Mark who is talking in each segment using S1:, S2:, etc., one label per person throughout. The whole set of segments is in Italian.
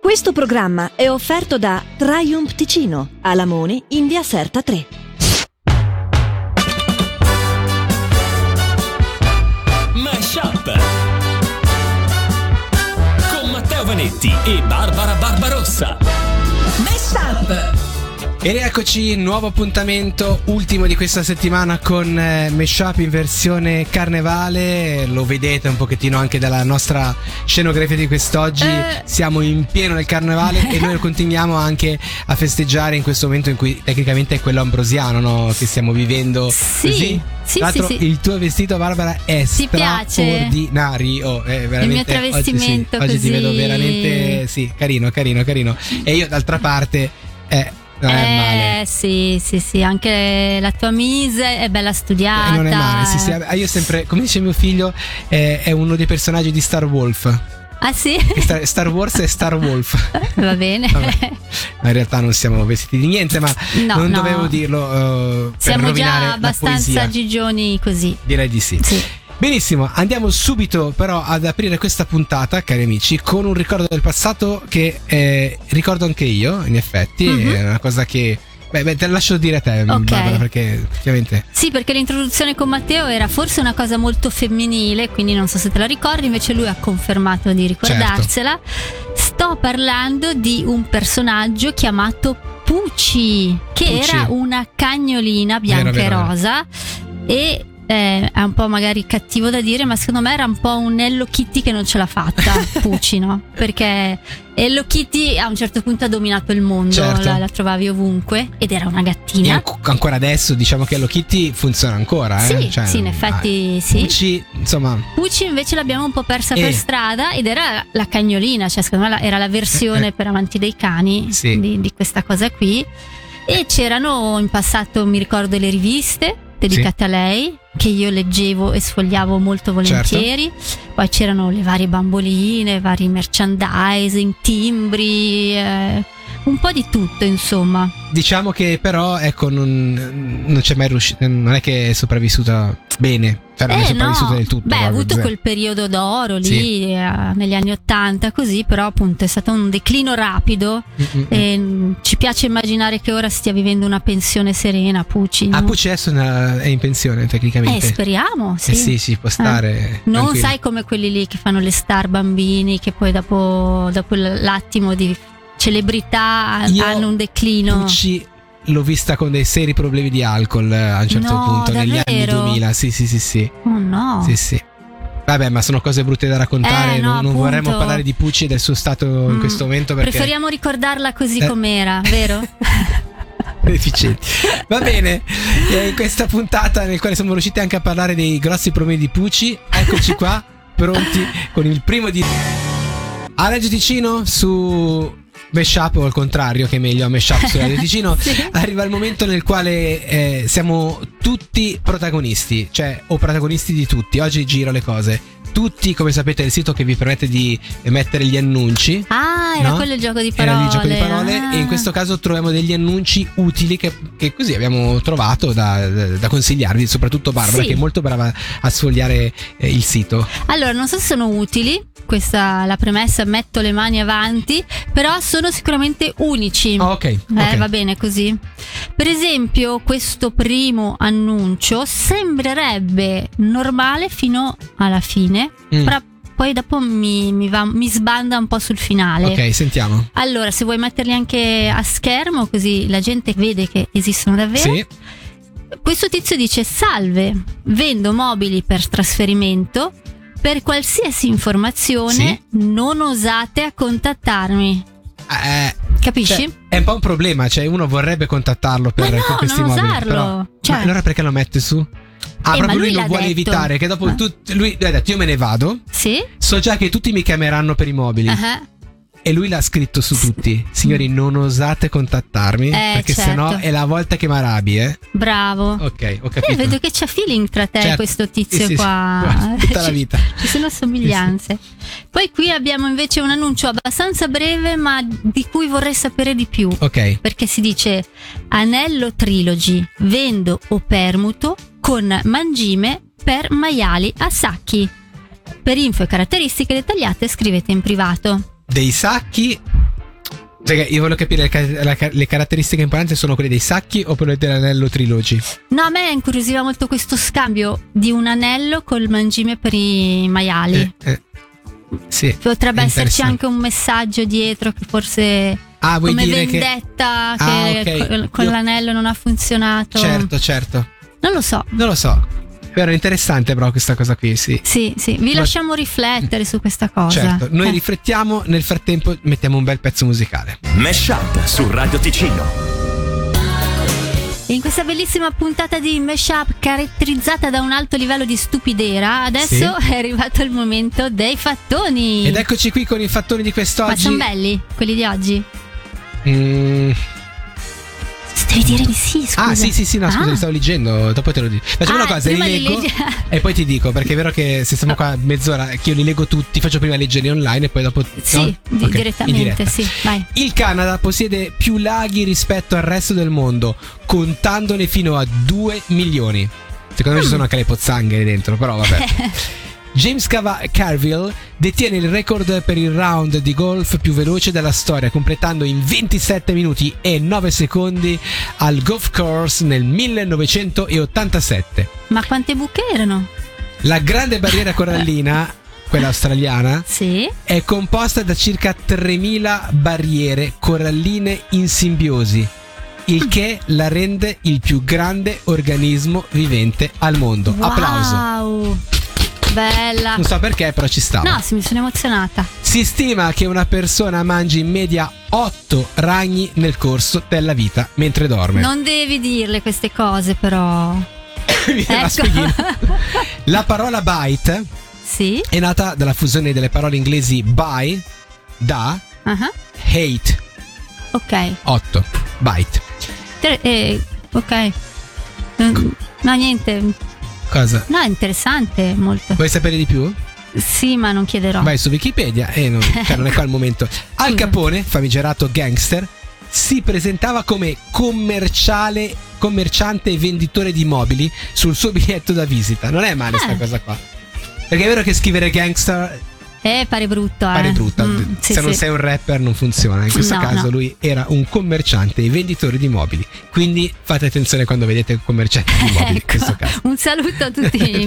S1: Questo programma è offerto da Triumph Ticino, a Lamoni, in via Serta 3.
S2: Mashup con Matteo Vanetti e Barbara Barbarossa.
S3: Mashup
S4: E rieccoci, nuovo appuntamento, ultimo di questa settimana con eh, Meshup in versione carnevale, lo vedete un pochettino anche dalla nostra scenografia di quest'oggi,
S3: Eh.
S4: siamo in pieno nel carnevale e noi continuiamo anche a festeggiare in questo momento in cui tecnicamente è quello ambrosiano no? che stiamo vivendo.
S3: Sì,
S4: così.
S3: sì,
S4: Tra l'altro
S3: sì, sì.
S4: il tuo vestito Barbara è
S3: Ti piace?
S4: straordinario, è veramente- oggi sì,
S3: travestimento
S4: oggi, ti vedo
S3: così.
S4: veramente, sì, carino, carino, carino. E io d'altra parte... Eh, non è male.
S3: Eh sì, sì, sì, anche la tua mise è bella studiata.
S4: Eh, non è male, sì, sì. Ah, Io sempre, come dice mio figlio, eh, è uno dei personaggi di Star Wolf.
S3: Ah sì?
S4: Che Star, Star Wars è Star Wolf.
S3: Va bene.
S4: Vabbè. Ma in realtà non siamo vestiti di niente, ma
S3: No,
S4: non
S3: no.
S4: dovevo dirlo. eh, per
S3: Siamo
S4: rovinare
S3: già
S4: la
S3: abbastanza
S4: poesia.
S3: gigioni così.
S4: Direi di sì.
S3: Sì.
S4: Benissimo, andiamo subito però ad aprire questa puntata, cari amici, con un ricordo del passato che eh, ricordo anche io, in effetti,
S3: Mhm.
S4: è una cosa che... Beh, beh, te la lascio dire a te,
S3: Ok.
S4: Barbara, perché effettivamente...
S3: Sì, perché l'introduzione con Matteo era forse una cosa molto femminile, quindi non so se te la ricordi, invece lui ha confermato di ricordarsela.
S4: Certo.
S3: Sto parlando di un personaggio chiamato Pucci, che
S4: Pucci.
S3: era una cagnolina bianca
S4: Vero, vero,
S3: e
S4: vero.
S3: rosa e eh, è un po' magari cattivo da dire, ma secondo me era un po' un Hello Kitty che non ce l'ha fatta, Pucci, no? Perché Hello Kitty a un certo punto ha dominato il mondo,
S4: Certo.
S3: la, la trovavi ovunque ed era una
S4: E
S3: gattina.
S4: anco- ancora adesso diciamo che Hello Kitty funziona ancora. eh?
S3: Sì,
S4: Cioè,
S3: sì, in
S4: ah,
S3: effetti sì.
S4: Gucci, insomma,
S3: Pucci invece l'abbiamo un po' persa
S4: Eh.
S3: per strada ed era la cagnolina, cioè secondo me la- era la versione
S4: Eh.
S3: per amanti dei cani
S4: Sì.
S3: di, di questa cosa qui. E c'erano in passato, mi ricordo, le riviste dedicate a lei, che io leggevo e sfogliavo molto
S4: Certo.
S3: volentieri. Poi c'erano le varie bamboline, vari merchandising, timbri, eh, un po' di tutto, insomma.
S4: diciamo che però ecco non, non c'è mai riuscita, non è che è sopravvissuta bene, cioè non è
S3: Eh,
S4: sopravvissuta
S3: no.
S4: del tutto.
S3: Beh, ha
S4: proprio, cioè.
S3: avuto
S4: zero.
S3: quel periodo d'oro lì
S4: Sì.
S3: eh, negli anni Ottanta, così, però appunto è stato un declino rapido.
S4: Mm, mm, mm.
S3: E, mm, ci piace immaginare che ora stia vivendo una pensione serena, Pucci.
S4: Ah,
S3: no?
S4: Pucci adesso è una- è in pensione
S3: eh,
S4: tecnicamente.
S3: speriamo, sì. Ah.
S4: Eh sì, si può stare.
S3: Non
S4: tranquillo.
S3: sai come quelli lì che fanno le star bambini, che poi dopo, dopo l- l'attimo di celebrità
S4: Io
S3: hanno un declino.
S4: Pucci l'ho vista con dei seri problemi di alcol eh, a un certo
S3: No,
S4: punto negli anni
S3: davvero?
S4: 2000. Sì, sì, sì, sì.
S3: Oh no.
S4: Sì, sì. Vabbè, ma sono cose brutte da raccontare.
S3: Eh, no,
S4: non, non
S3: appunto.
S4: vorremmo parlare di Pucci e del suo stato in
S3: Mm.
S4: questo momento perché
S3: Preferiamo ricordarla così
S4: Eh.
S3: com'era, vero?
S4: deficienti. Va bene, e in questa puntata nel quale siamo riusciti anche a parlare dei grossi problemi di Pucci, eccoci qua, pronti con il primo di a Reggio Ticino su Meshup o al contrario che è meglio a Meshup su Radio Ticino arriva il momento nel quale eh, siamo tutti protagonisti cioè o protagonisti di tutti oggi giro le cose tutti come sapete è il sito che vi permette di mettere gli annunci
S3: Ah, era
S4: No?
S3: quello il gioco di parole.
S4: era il gioco di parole
S3: Ah.
S4: e in questo caso troviamo degli annunci utili che, che così abbiamo trovato da, da consigliarvi, soprattutto Barbara
S3: Sì.
S4: che è molto brava a sfogliare eh, il sito.
S3: Allora, non so se sono utili, questa la premessa, metto le mani avanti, però sono sicuramente unici.
S4: Ah, ok, ok.
S3: Eh, va bene così. Per esempio, questo primo annuncio sembrerebbe normale fino alla fine,
S4: Mm.
S3: però poi dopo mi, mi va- mi sbanda un po' sul finale.
S4: Ok, sentiamo.
S3: Allora, se vuoi metterli anche a schermo, così la gente vede che esistono davvero.
S4: Sì,
S3: Questo tizio dice: Salve, vendo mobili per trasferimento. Per qualsiasi informazione,
S4: Sì.
S3: non osate a contattarmi.
S4: Eh,
S3: Capisci?
S4: cioè, è un po' un problema, cioè uno vorrebbe contattarlo per
S3: Ma no,
S4: con questi
S3: non
S4: mobili,
S3: usarlo,
S4: però-
S3: cioè.
S4: Ma allora perché lo mette su? Ah,
S3: Eh, ma
S4: proprio lui,
S3: lui
S4: lo
S3: l'ha
S4: vuole
S3: detto. Ah.
S4: evitare che dopo
S3: Ma-
S4: tutti- lui lui ha detto io me ne vado,
S3: sì?
S4: so già che tutti mi chiameranno per i mobili.
S3: Ah,
S4: E lui l'ha scritto su tutti. Signori, non osate contattarmi.
S3: Eh,
S4: perché
S3: certo.
S4: sennò è la volta che mi arrabbi, eh.
S3: Bravo.
S4: Ok, ho
S3: Eh,
S4: capito.
S3: vedo che c'è feeling tra te e
S4: Certo.
S3: questo tizio
S4: Sì, sì, sì.
S3: qua.
S4: Guarda, Tutta la
S3: Ci-
S4: vita.
S3: Ci sono somiglianze. Poi qui abbiamo invece un annuncio abbastanza breve, ma di cui vorrei sapere di più.
S4: Ok.
S3: Perché si dice Anello Trilogy, vendo o permuto con mangime per maiali a sacchi. Per info e caratteristiche dettagliate scrivete in privato.
S4: Dei sacchi Perché io voglio capire le, ca- la ca- le caratteristiche importanti sono quelle dei sacchi o quelle dell'anello trilogi.
S3: No, a me incuriosiva molto questo scambio di un anello col mangime per i maiali.
S4: Eh, eh. Sì.
S3: Potrebbe
S4: è interessante.
S3: esserci anche un messaggio dietro che forse
S4: Ah, vuoi
S3: come
S4: dire
S3: vendetta che,
S4: Ah, ok.
S3: col- con
S4: Io-
S3: l'anello non ha
S4: che.
S3: funzionato.
S4: Certo, certo.
S3: Non lo so.
S4: Non lo so. Però è interessante, però, questa cosa qui, sì.
S3: Sì, sì, vi
S4: Ma-
S3: lasciamo riflettere su questa cosa.
S4: Certo. Noi
S3: Eh.
S4: riflettiamo, nel frattempo mettiamo un bel pezzo musicale.
S2: Mesh Up su Radio Ticino.
S3: In questa bellissima puntata di mashup caratterizzata da un alto livello di stupidera, adesso è arrivato il momento dei fattoni.
S4: Ed ecco eccoci qui con i fattori di
S3: Ma
S4: quest'oggi.
S3: sono belli quelli di oggi?
S4: Mm,
S3: Devi dire di sì, scusa.
S4: ah, sì, sì, sì, no, scusa,
S3: Ah.
S4: li stavo leggendo, dopo te lo dico. Facciamo
S3: Ah,
S4: una cosa, li
S3: prima li
S4: leggo
S3: leggi-
S4: e poi ti dico, perché è vero che se stiamo qua mezz'ora che io li leggo tutti, faccio prima leggerli online e poi dopo
S3: Sì,
S4: no?
S3: di-
S4: Ok, in
S3: direttamente,
S4: diretta.
S3: sì, vai.
S4: Il Canada possiede più laghi rispetto al resto del mondo, contandone fino a 2 milioni. Secondo me
S3: Mm.
S4: ci sono anche le pozzanghere dentro, però vabbè. James Cava- Carville detiene il record per il round di golf più veloce della storia, completando in 27 minuti e 9 secondi al golf course nel 1987.
S3: Ma quante buche erano?
S4: La grande barriera corallina, quella australiana,
S3: Sì.
S4: è composta da circa 3000 barriere coralline in simbiosi, il che la rende il più grande organismo vivente al mondo. Applauso.
S3: Wow. Bella.
S4: Non so perché, però ci stava.
S3: No, sì, mi sono emozionata.
S4: Si stima che una persona mangi in media 8 ragni nel corso della vita mentre dorme.
S3: Non devi dirle queste cose, però.
S4: Mi viene la
S3: Ecco.
S4: spieghina. La parola bite
S3: Sì.
S4: è nata dalla fusione delle parole inglesi by, da,
S3: Ah,
S4: hate,
S3: Ok.
S4: 8, bite.
S3: Te- eh, ok. Mm, No, niente.
S4: Cosa?
S3: No, è interessante molto.
S4: Vuoi sapere di più?
S3: Sì, ma non chiederò.
S4: Vai su Wikipedia e non, cioè, non è qua il momento.
S3: Mm.
S4: Al Capone, famigerato gangster, si presentava come commerciale, commerciante e venditore di mobili sul suo biglietto da visita. Non è male questa
S3: Eh.
S4: cosa qua. Perché è vero che scrivere gangster
S3: Eh, pare brutto. eh.
S4: pare brutta.
S3: Mm, sì,
S4: Se non
S3: sì.
S4: sei un rapper non funziona. In questo
S3: No,
S4: caso
S3: no.
S4: lui era un commerciante e venditore di mobili. Quindi fate attenzione quando vedete un commerciante di mobili in
S3: Ecco,
S4: questo caso.
S3: un saluto a tutti.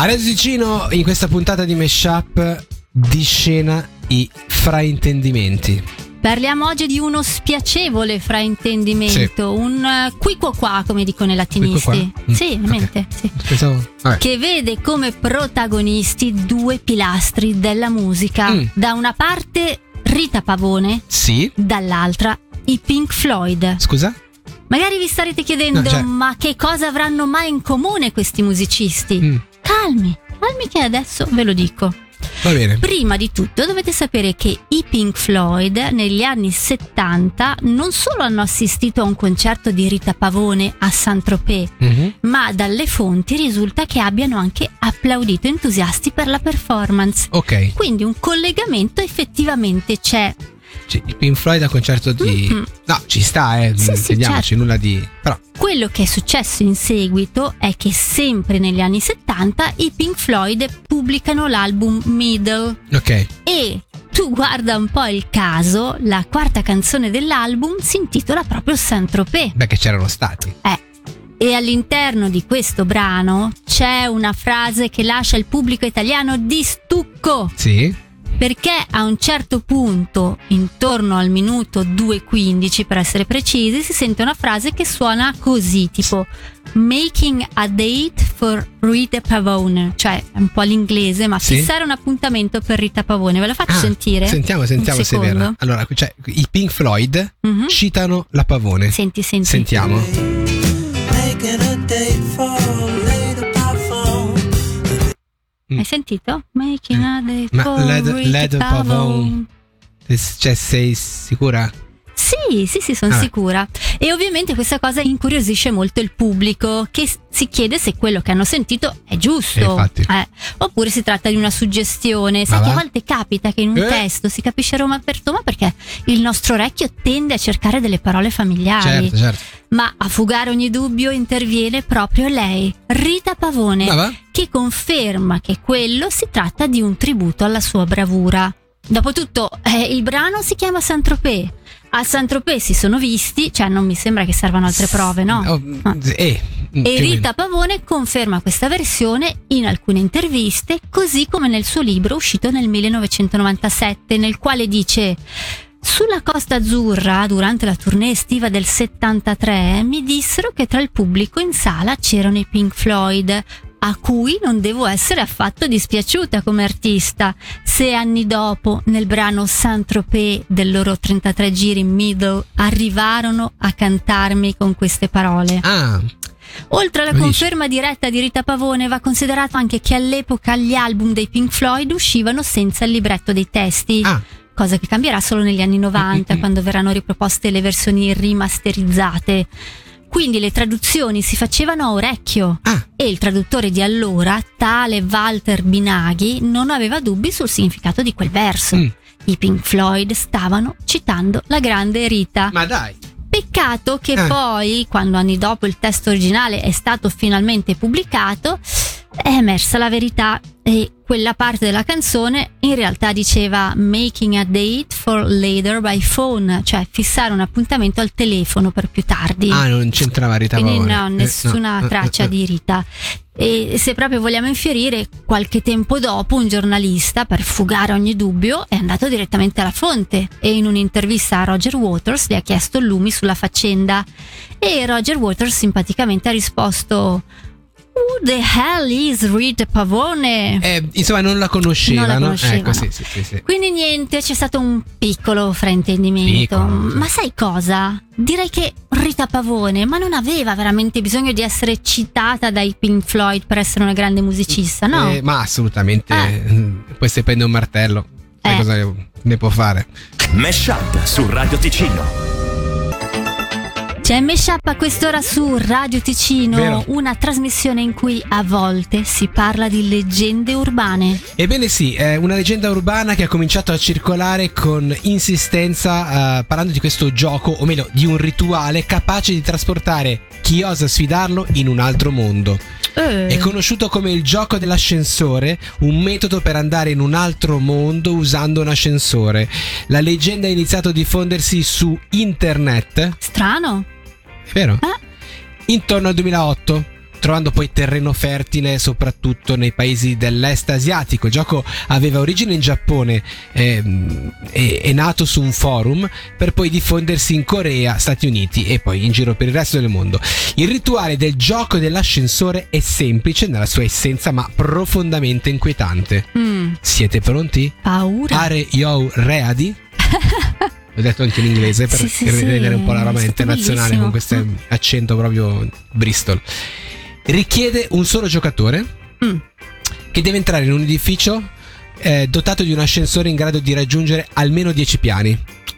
S4: A Radio Ticino, in questa puntata di Meshup, di scena i fraintendimenti.
S3: Parliamo oggi di uno spiacevole fraintendimento, un eh, quico qua, come dicono i latinisti.
S4: Quico qua? Mm,
S3: Sì,
S4: ok.
S3: veramente. sì.
S4: Pensavo. Vabbè.
S3: Che vede come protagonisti due pilastri della musica.
S4: Mm.
S3: Da una parte Rita Pavone,
S4: Sì.
S3: dall'altra i Pink Floyd.
S4: Scusa?
S3: Magari vi starete chiedendo,
S4: No, cioè-
S3: ma che cosa avranno mai in comune questi musicisti?
S4: Mm,
S3: Calmi, calmi che adesso ve lo dico.
S4: Va bene.
S3: Prima di tutto dovete sapere che i Pink Floyd negli anni 70 non solo hanno assistito a un concerto di Rita Pavone a Saint-Tropez,
S4: Mhm.
S3: ma dalle fonti risulta che abbiano anche applaudito entusiasti per la performance.
S4: Ok.
S3: Quindi un collegamento effettivamente c'è.
S4: Cioè, il Pink Floyd al concerto di.
S3: Mhm.
S4: No, ci sta, eh.
S3: Sì, certo. sì,
S4: Intendiamoci, nulla di. Però.
S3: Quello che è successo in seguito è che sempre negli anni 70 i Pink Floyd pubblicano l'album Middle.
S4: Ok.
S3: E tu guarda un po' il caso, la quarta canzone dell'album si intitola proprio Saint-Tropez.
S4: Beh, che c'erano stati.
S3: Eh, E all'interno di questo brano c'è una frase che lascia il pubblico italiano di stucco,
S4: Sì.
S3: perché a un certo punto, intorno al minuto 2.15 per essere precisi, si sente una frase che suona così, tipo Making a date for Rita Pavone, cioè è un po' l'inglese, ma
S4: Sì.
S3: fissare un appuntamento per Rita Pavone. Ve la faccio
S4: Ah,
S3: sentire?
S4: Sentiamo, sentiamo
S3: Un
S4: se è
S3: secondo.
S4: vera. Allora, cioè, i Pink Floyd
S3: Mhm.
S4: citano la pavone.
S3: Senti, senti.
S4: Sentiamo.
S5: Making a date for later by phone.
S3: Hai sentito? Making a date
S4: Mm. Ma
S3: for
S4: Led-
S3: Rita
S4: Led Pavone.
S3: Pavone.
S4: Cioè, sei sicura?
S3: Sì, sì, sì, sono
S4: Ah.
S3: sicura. E ovviamente questa cosa incuriosisce molto il pubblico che s- si chiede se quello che hanno sentito è
S4: Eh,
S3: giusto.
S4: infatti.
S3: Eh, oppure si tratta di una suggestione. Sai
S4: Ma
S3: che a
S4: va?
S3: volte capita che in un
S4: Eh.
S3: testo si capisce Roma per Toma perché il nostro orecchio tende a cercare delle parole familiari.
S4: Certo, certo.
S3: Ma a fugare ogni dubbio interviene proprio lei, Rita Pavone
S4: Ma va?
S3: che conferma che quello si tratta di un tributo alla sua bravura. Dopotutto, eh, il brano si chiama Saint-Tropez. A Saint-Tropez si sono visti, cioè non mi sembra che servano altre prove, no?
S4: Oh,
S3: Ah.
S4: eh, più
S3: E
S4: o meno.
S3: Rita Pavone conferma questa versione in alcune interviste, così come nel suo libro uscito nel 1997, nel quale dice sulla Costa Azzurra, durante la tournée estiva del 73, mi dissero che tra il pubblico in sala c'erano i Pink Floyd, a cui non devo essere affatto dispiaciuta come artista. Se anni dopo, nel brano Saint-Tropez del loro 33 giri Middle, arrivarono a cantarmi con queste parole.
S4: Ah,
S3: Oltre alla
S4: Lo dici.
S3: conferma diretta di Rita Pavone, va considerato anche che all'epoca gli album dei Pink Floyd uscivano senza il libretto dei testi.
S4: ah,
S3: Cosa che cambierà solo negli anni 90,
S4: Mm-mm-mm.
S3: quando verranno riproposte le versioni rimasterizzate. Quindi le traduzioni si facevano a orecchio
S4: ah.
S3: e il traduttore di allora, tale Walter Binaghi, non aveva dubbi sul significato di quel verso.
S4: Mm.
S3: I Pink Floyd stavano citando la grande Rita.
S4: Ma dai.
S3: Peccato che
S4: Eh.
S3: poi, quando anni dopo il testo originale è stato finalmente pubblicato, è emersa la verità e quella parte della canzone in realtà diceva making a date for later by phone, cioè fissare un appuntamento al telefono per più tardi.
S4: Ah, non c'entrava Rita
S3: Quindi
S4: Pavone.
S3: no,
S4: Eh,
S3: nessuna
S4: no, eh,
S3: traccia
S4: eh, eh.
S3: di Rita. E se proprio vogliamo infierire, qualche tempo dopo un giornalista, per fugare ogni dubbio, è andato direttamente alla fonte e in un'intervista a Roger Waters le ha chiesto lumi sulla faccenda e Roger Waters simpaticamente ha risposto Who the hell is Rita Pavone?
S4: Eh, insomma, non la conosceva,
S3: Non la
S4: no?
S3: conosceva,
S4: Ecco,
S3: no.
S4: sì, sì, sì, sì.
S3: Quindi niente, c'è stato un piccolo fraintendimento.
S4: Piccolo, sì.
S3: Ma sai cosa? Direi che Rita Pavone, ma non aveva veramente bisogno di essere citata dai Pink Floyd per essere una grande musicista, Ah, no? Ah.
S4: Eh, ma assolutamente. eh, Poi se prende un martello, sai
S3: Eh.
S4: cosa ne può fare?
S2: Mesh Up su Radio Ticino.
S3: C'è Meshup a quest'ora su Radio Ticino,
S4: Vero.
S3: una trasmissione in cui a volte si parla di leggende urbane.
S4: Ebbene sì, è una leggenda urbana che ha cominciato a circolare con insistenza eh, parlando di questo gioco, o meglio di un rituale capace di trasportare chi osa sfidarlo in un altro mondo.
S3: Eh,
S4: È conosciuto come il gioco dell'ascensore, un metodo per andare in un altro mondo usando un ascensore. La leggenda ha iniziato a diffondersi su internet,
S3: Strano.
S4: vero?
S3: Ah.
S4: Intorno al 2008 trovando poi terreno fertile soprattutto nei paesi dell'est asiatico. Il gioco aveva origine in Giappone, ehm, è, è nato su un forum per poi diffondersi in Corea, Stati Uniti e poi in giro per il resto del mondo. Il rituale del gioco dell'ascensore è semplice nella sua essenza ma profondamente inquietante.
S3: Mm,
S4: Siete pronti?
S3: paura.
S4: Are you ready? Ho detto anche in inglese per
S3: Sì, sì, sì,
S4: rendere un po' la
S3: è
S4: roba
S3: stato
S4: internazionale
S3: bellissimo. Mm.
S4: con questo accento proprio Bristol. Richiede un solo giocatore
S3: Mm.
S4: che deve entrare in un edificio eh, dotato di un ascensore in grado di raggiungere almeno 10 piani,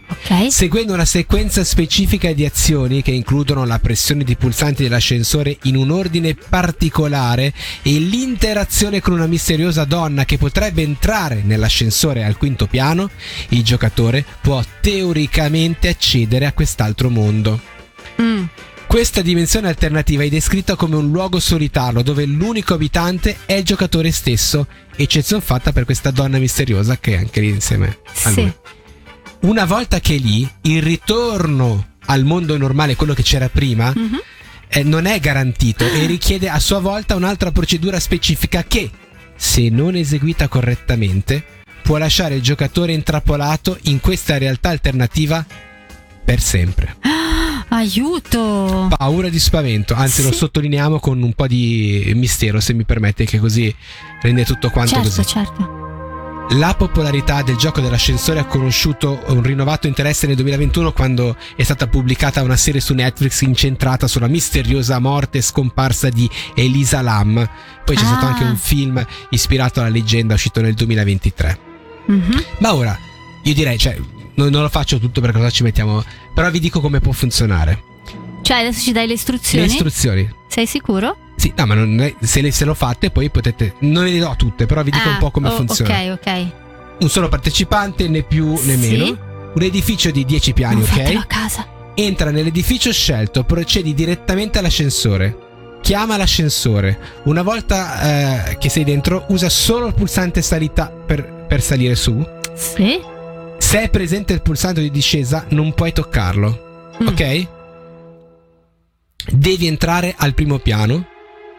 S3: ok.
S4: seguendo una sequenza specifica di azioni che includono la pressione di pulsanti dell'ascensore in un ordine particolare e l'interazione con una misteriosa donna che potrebbe entrare nell'ascensore al quinto piano, il giocatore può teoricamente accedere a quest'altro mondo.
S3: Mm.
S4: Questa dimensione alternativa è descritta come un luogo solitario dove l'unico abitante è il giocatore stesso, eccezion fatta per questa donna misteriosa che è anche lì insieme a
S3: Sì.
S4: lui. Una volta che è lì, il ritorno al mondo normale, quello che c'era prima,
S3: Mhm.
S4: eh, non è garantito e richiede a sua volta un'altra procedura specifica che, se non eseguita correttamente, può lasciare il giocatore intrappolato in questa realtà alternativa per sempre
S3: Ah, Aiuto.
S4: paura di spavento, anzi lo
S3: Ah. Sì.
S4: sottolineiamo con un po' di mistero se mi permette che così rende tutto quanto
S3: certo,
S4: così.
S3: certo.
S4: La popolarità del gioco dell'ascensore ha conosciuto un rinnovato interesse nel 2021 quando è stata pubblicata una serie su Netflix incentrata sulla misteriosa morte e scomparsa di Elisa Lam. Poi c'è
S3: Ah.
S4: stato anche un film ispirato alla leggenda uscito nel 2023.
S3: Mhm.
S4: Ma ora, io direi, cioè, non, non lo faccio tutto perché cosa ci mettiamo, però vi dico come può funzionare.
S3: Cioè, adesso ci dai le
S4: Le
S3: istruzioni?
S4: istruzioni.
S3: Sei sicuro?
S4: Sì, no, ma non è- se, le, se lo fate poi potete... Non le do tutte, però vi dico
S3: Ah,
S4: un po' come
S3: oh,
S4: funziona.
S3: Ok, ok.
S4: Un solo partecipante, né più né
S3: Sì.
S4: meno. Un edificio di 10 piani,
S3: Non
S4: ok?
S3: fatelo a casa.
S4: Entra nell'edificio scelto, procedi direttamente all'ascensore. Chiama l'ascensore. Una volta eh, che sei dentro, usa solo il pulsante salita per, per salire su.
S3: Sì.
S4: Se è presente il pulsante di discesa, non puoi toccarlo.
S3: Mm.
S4: Ok? Devi entrare al primo piano.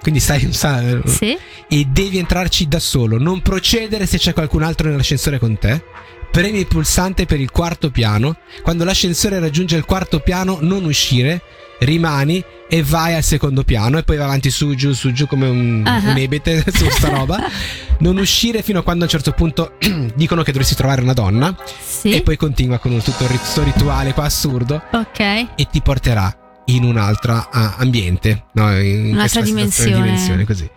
S4: Quindi stai. sa-
S3: Sì.
S4: E devi entrarci da solo. Non procedere se c'è qualcun altro nell'ascensore con te. Premi il pulsante per il quarto piano. Quando l'ascensore raggiunge il quarto piano, non uscire. Rimani e vai al secondo piano. E poi vai avanti su, giù, su, giù come un,
S3: Ah.
S4: un ebete su sta roba. Non uscire fino a quando a un certo punto dicono che dovresti trovare una donna.
S3: Sì.
S4: E poi continua con un- tutto il rit- rituale qua assurdo
S3: Ok.
S4: e ti porterà in un'altra ah, ambiente, no, in questa
S3: Un'altra dimensione.
S4: dimensione, così.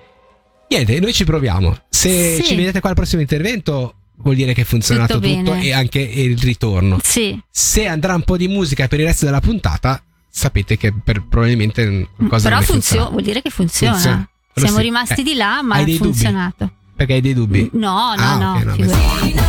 S4: Niente, noi ci proviamo. Se
S3: Sì.
S4: ci vedete qua al prossimo intervento vuol dire che è funzionato
S3: Tutto
S4: tutto,
S3: bene.
S4: e anche il ritorno.
S3: Sì.
S4: Se andrà un po' di musica per il resto della puntata, sapete che per- probabilmente qualcosa
S3: Però
S4: non è
S3: funziona,
S4: funzionato.
S3: vuol dire che funziona.
S4: Funziona. Allora
S3: Siamo
S4: sì.
S3: rimasti
S4: Eh,
S3: di là, ma
S4: hai
S3: ha
S4: dei dubbi?
S3: funzionato.
S4: Perché hai dei dubbi?
S3: No, no,
S4: Ah,
S3: no.
S4: ok, no,
S3: figurati.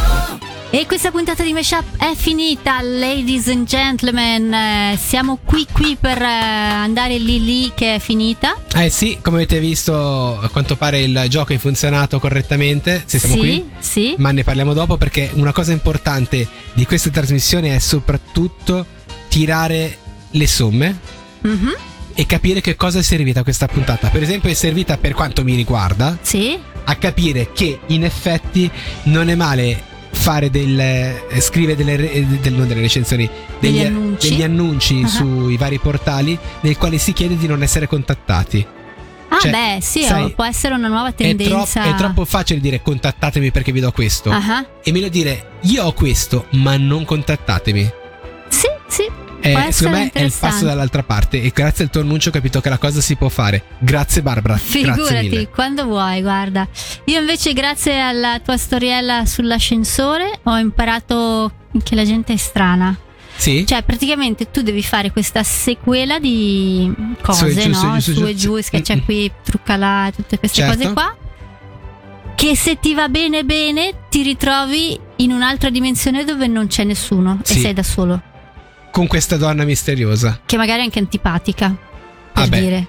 S3: E questa puntata di Meshup è finita, ladies and gentlemen. Eh, Siamo qui qui per eh, andare lì lì che è finita.
S4: Eh sì, come avete visto, a quanto pare il gioco è funzionato correttamente. Se siamo
S3: sì,
S4: qui.
S3: sì.
S4: ma ne parliamo dopo perché una cosa importante di questa trasmissione è soprattutto tirare le somme
S3: Mhm,
S4: e capire che cosa è servita questa puntata. Per esempio è servita per quanto mi riguarda
S3: Sì,
S4: a capire che in effetti non è male fare del eh, scrivere delle, re- eh, del- non delle recensioni
S3: Degli annunci.
S4: degli annunci
S3: Ah.
S4: sui vari portali nel quale si chiede di non essere contattati
S3: Ah,
S4: Cioè,
S3: beh, sì,
S4: sai,
S3: oh, può essere una nuova
S4: è, tro-
S3: tendenza.
S4: è troppo facile dire contattatemi perché vi do questo
S3: Ah, ah.
S4: e meglio dire io ho questo ma non contattatemi
S3: Sì, sì.
S4: Eh,
S3: Può essere
S4: secondo me è il
S3: interessante.
S4: passo dall'altra parte e grazie al tuo annuncio ho capito che la cosa si può fare. Grazie Barbara. Grazie mille.
S3: Figurati, quando vuoi, guarda. Io invece, grazie alla tua storiella sull'ascensore, ho imparato che la gente è strana.
S4: Sì?
S3: Cioè, praticamente tu devi fare questa sequela di cose,
S4: Su e giù, su e
S3: no?
S4: giù, su e
S3: Su
S4: giù.
S3: e giù, schiaccia
S4: Mm-mm.
S3: qui, trucca là, tutte queste
S4: Mm, Certo.
S3: cose qua. Che se ti va bene bene, ti ritrovi in un'altra dimensione dove non c'è nessuno e
S4: Sì.
S3: sei da solo.
S4: Con questa donna misteriosa.
S3: Che magari è anche antipatica, per
S4: Ah, beh.
S3: dire.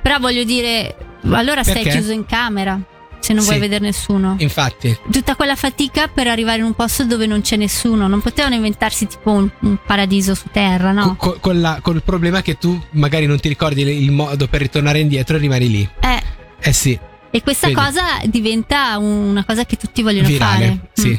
S3: Però voglio dire, allora
S4: Perché?
S3: stai chiuso in camera, se non
S4: Sì.
S3: vuoi vedere nessuno.
S4: Infatti,
S3: Tutta quella fatica per arrivare in un posto dove non c'è nessuno. Non potevano inventarsi tipo un, un paradiso su terra, no?
S4: co- co- con la- col problema che tu magari non ti ricordi le- il modo per ritornare indietro e rimani lì.
S3: Eh,
S4: Eh sì,
S3: E questa
S4: Vedi?
S3: cosa diventa un- una cosa che tutti vogliono
S4: virale.
S3: fare.
S4: Sì.
S3: Mm.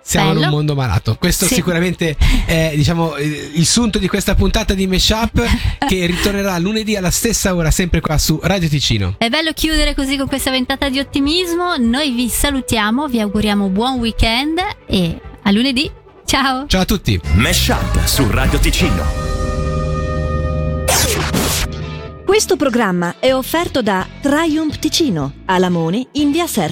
S4: Siamo in un
S3: Bello.
S4: mondo malato. Questo
S3: Sì.
S4: sicuramente è diciamo, eh, il sunto di questa puntata di Meshup che ritornerà lunedì alla stessa ora, sempre qua su Radio Ticino.
S3: È bello chiudere così con questa ventata di ottimismo. Noi vi salutiamo, vi auguriamo buon weekend e a lunedì. Ciao!
S4: Ciao a tutti.
S2: Mesh Up su Radio Ticino.
S1: Questo programma è offerto da Triumph Ticino, Alamone, in via Serta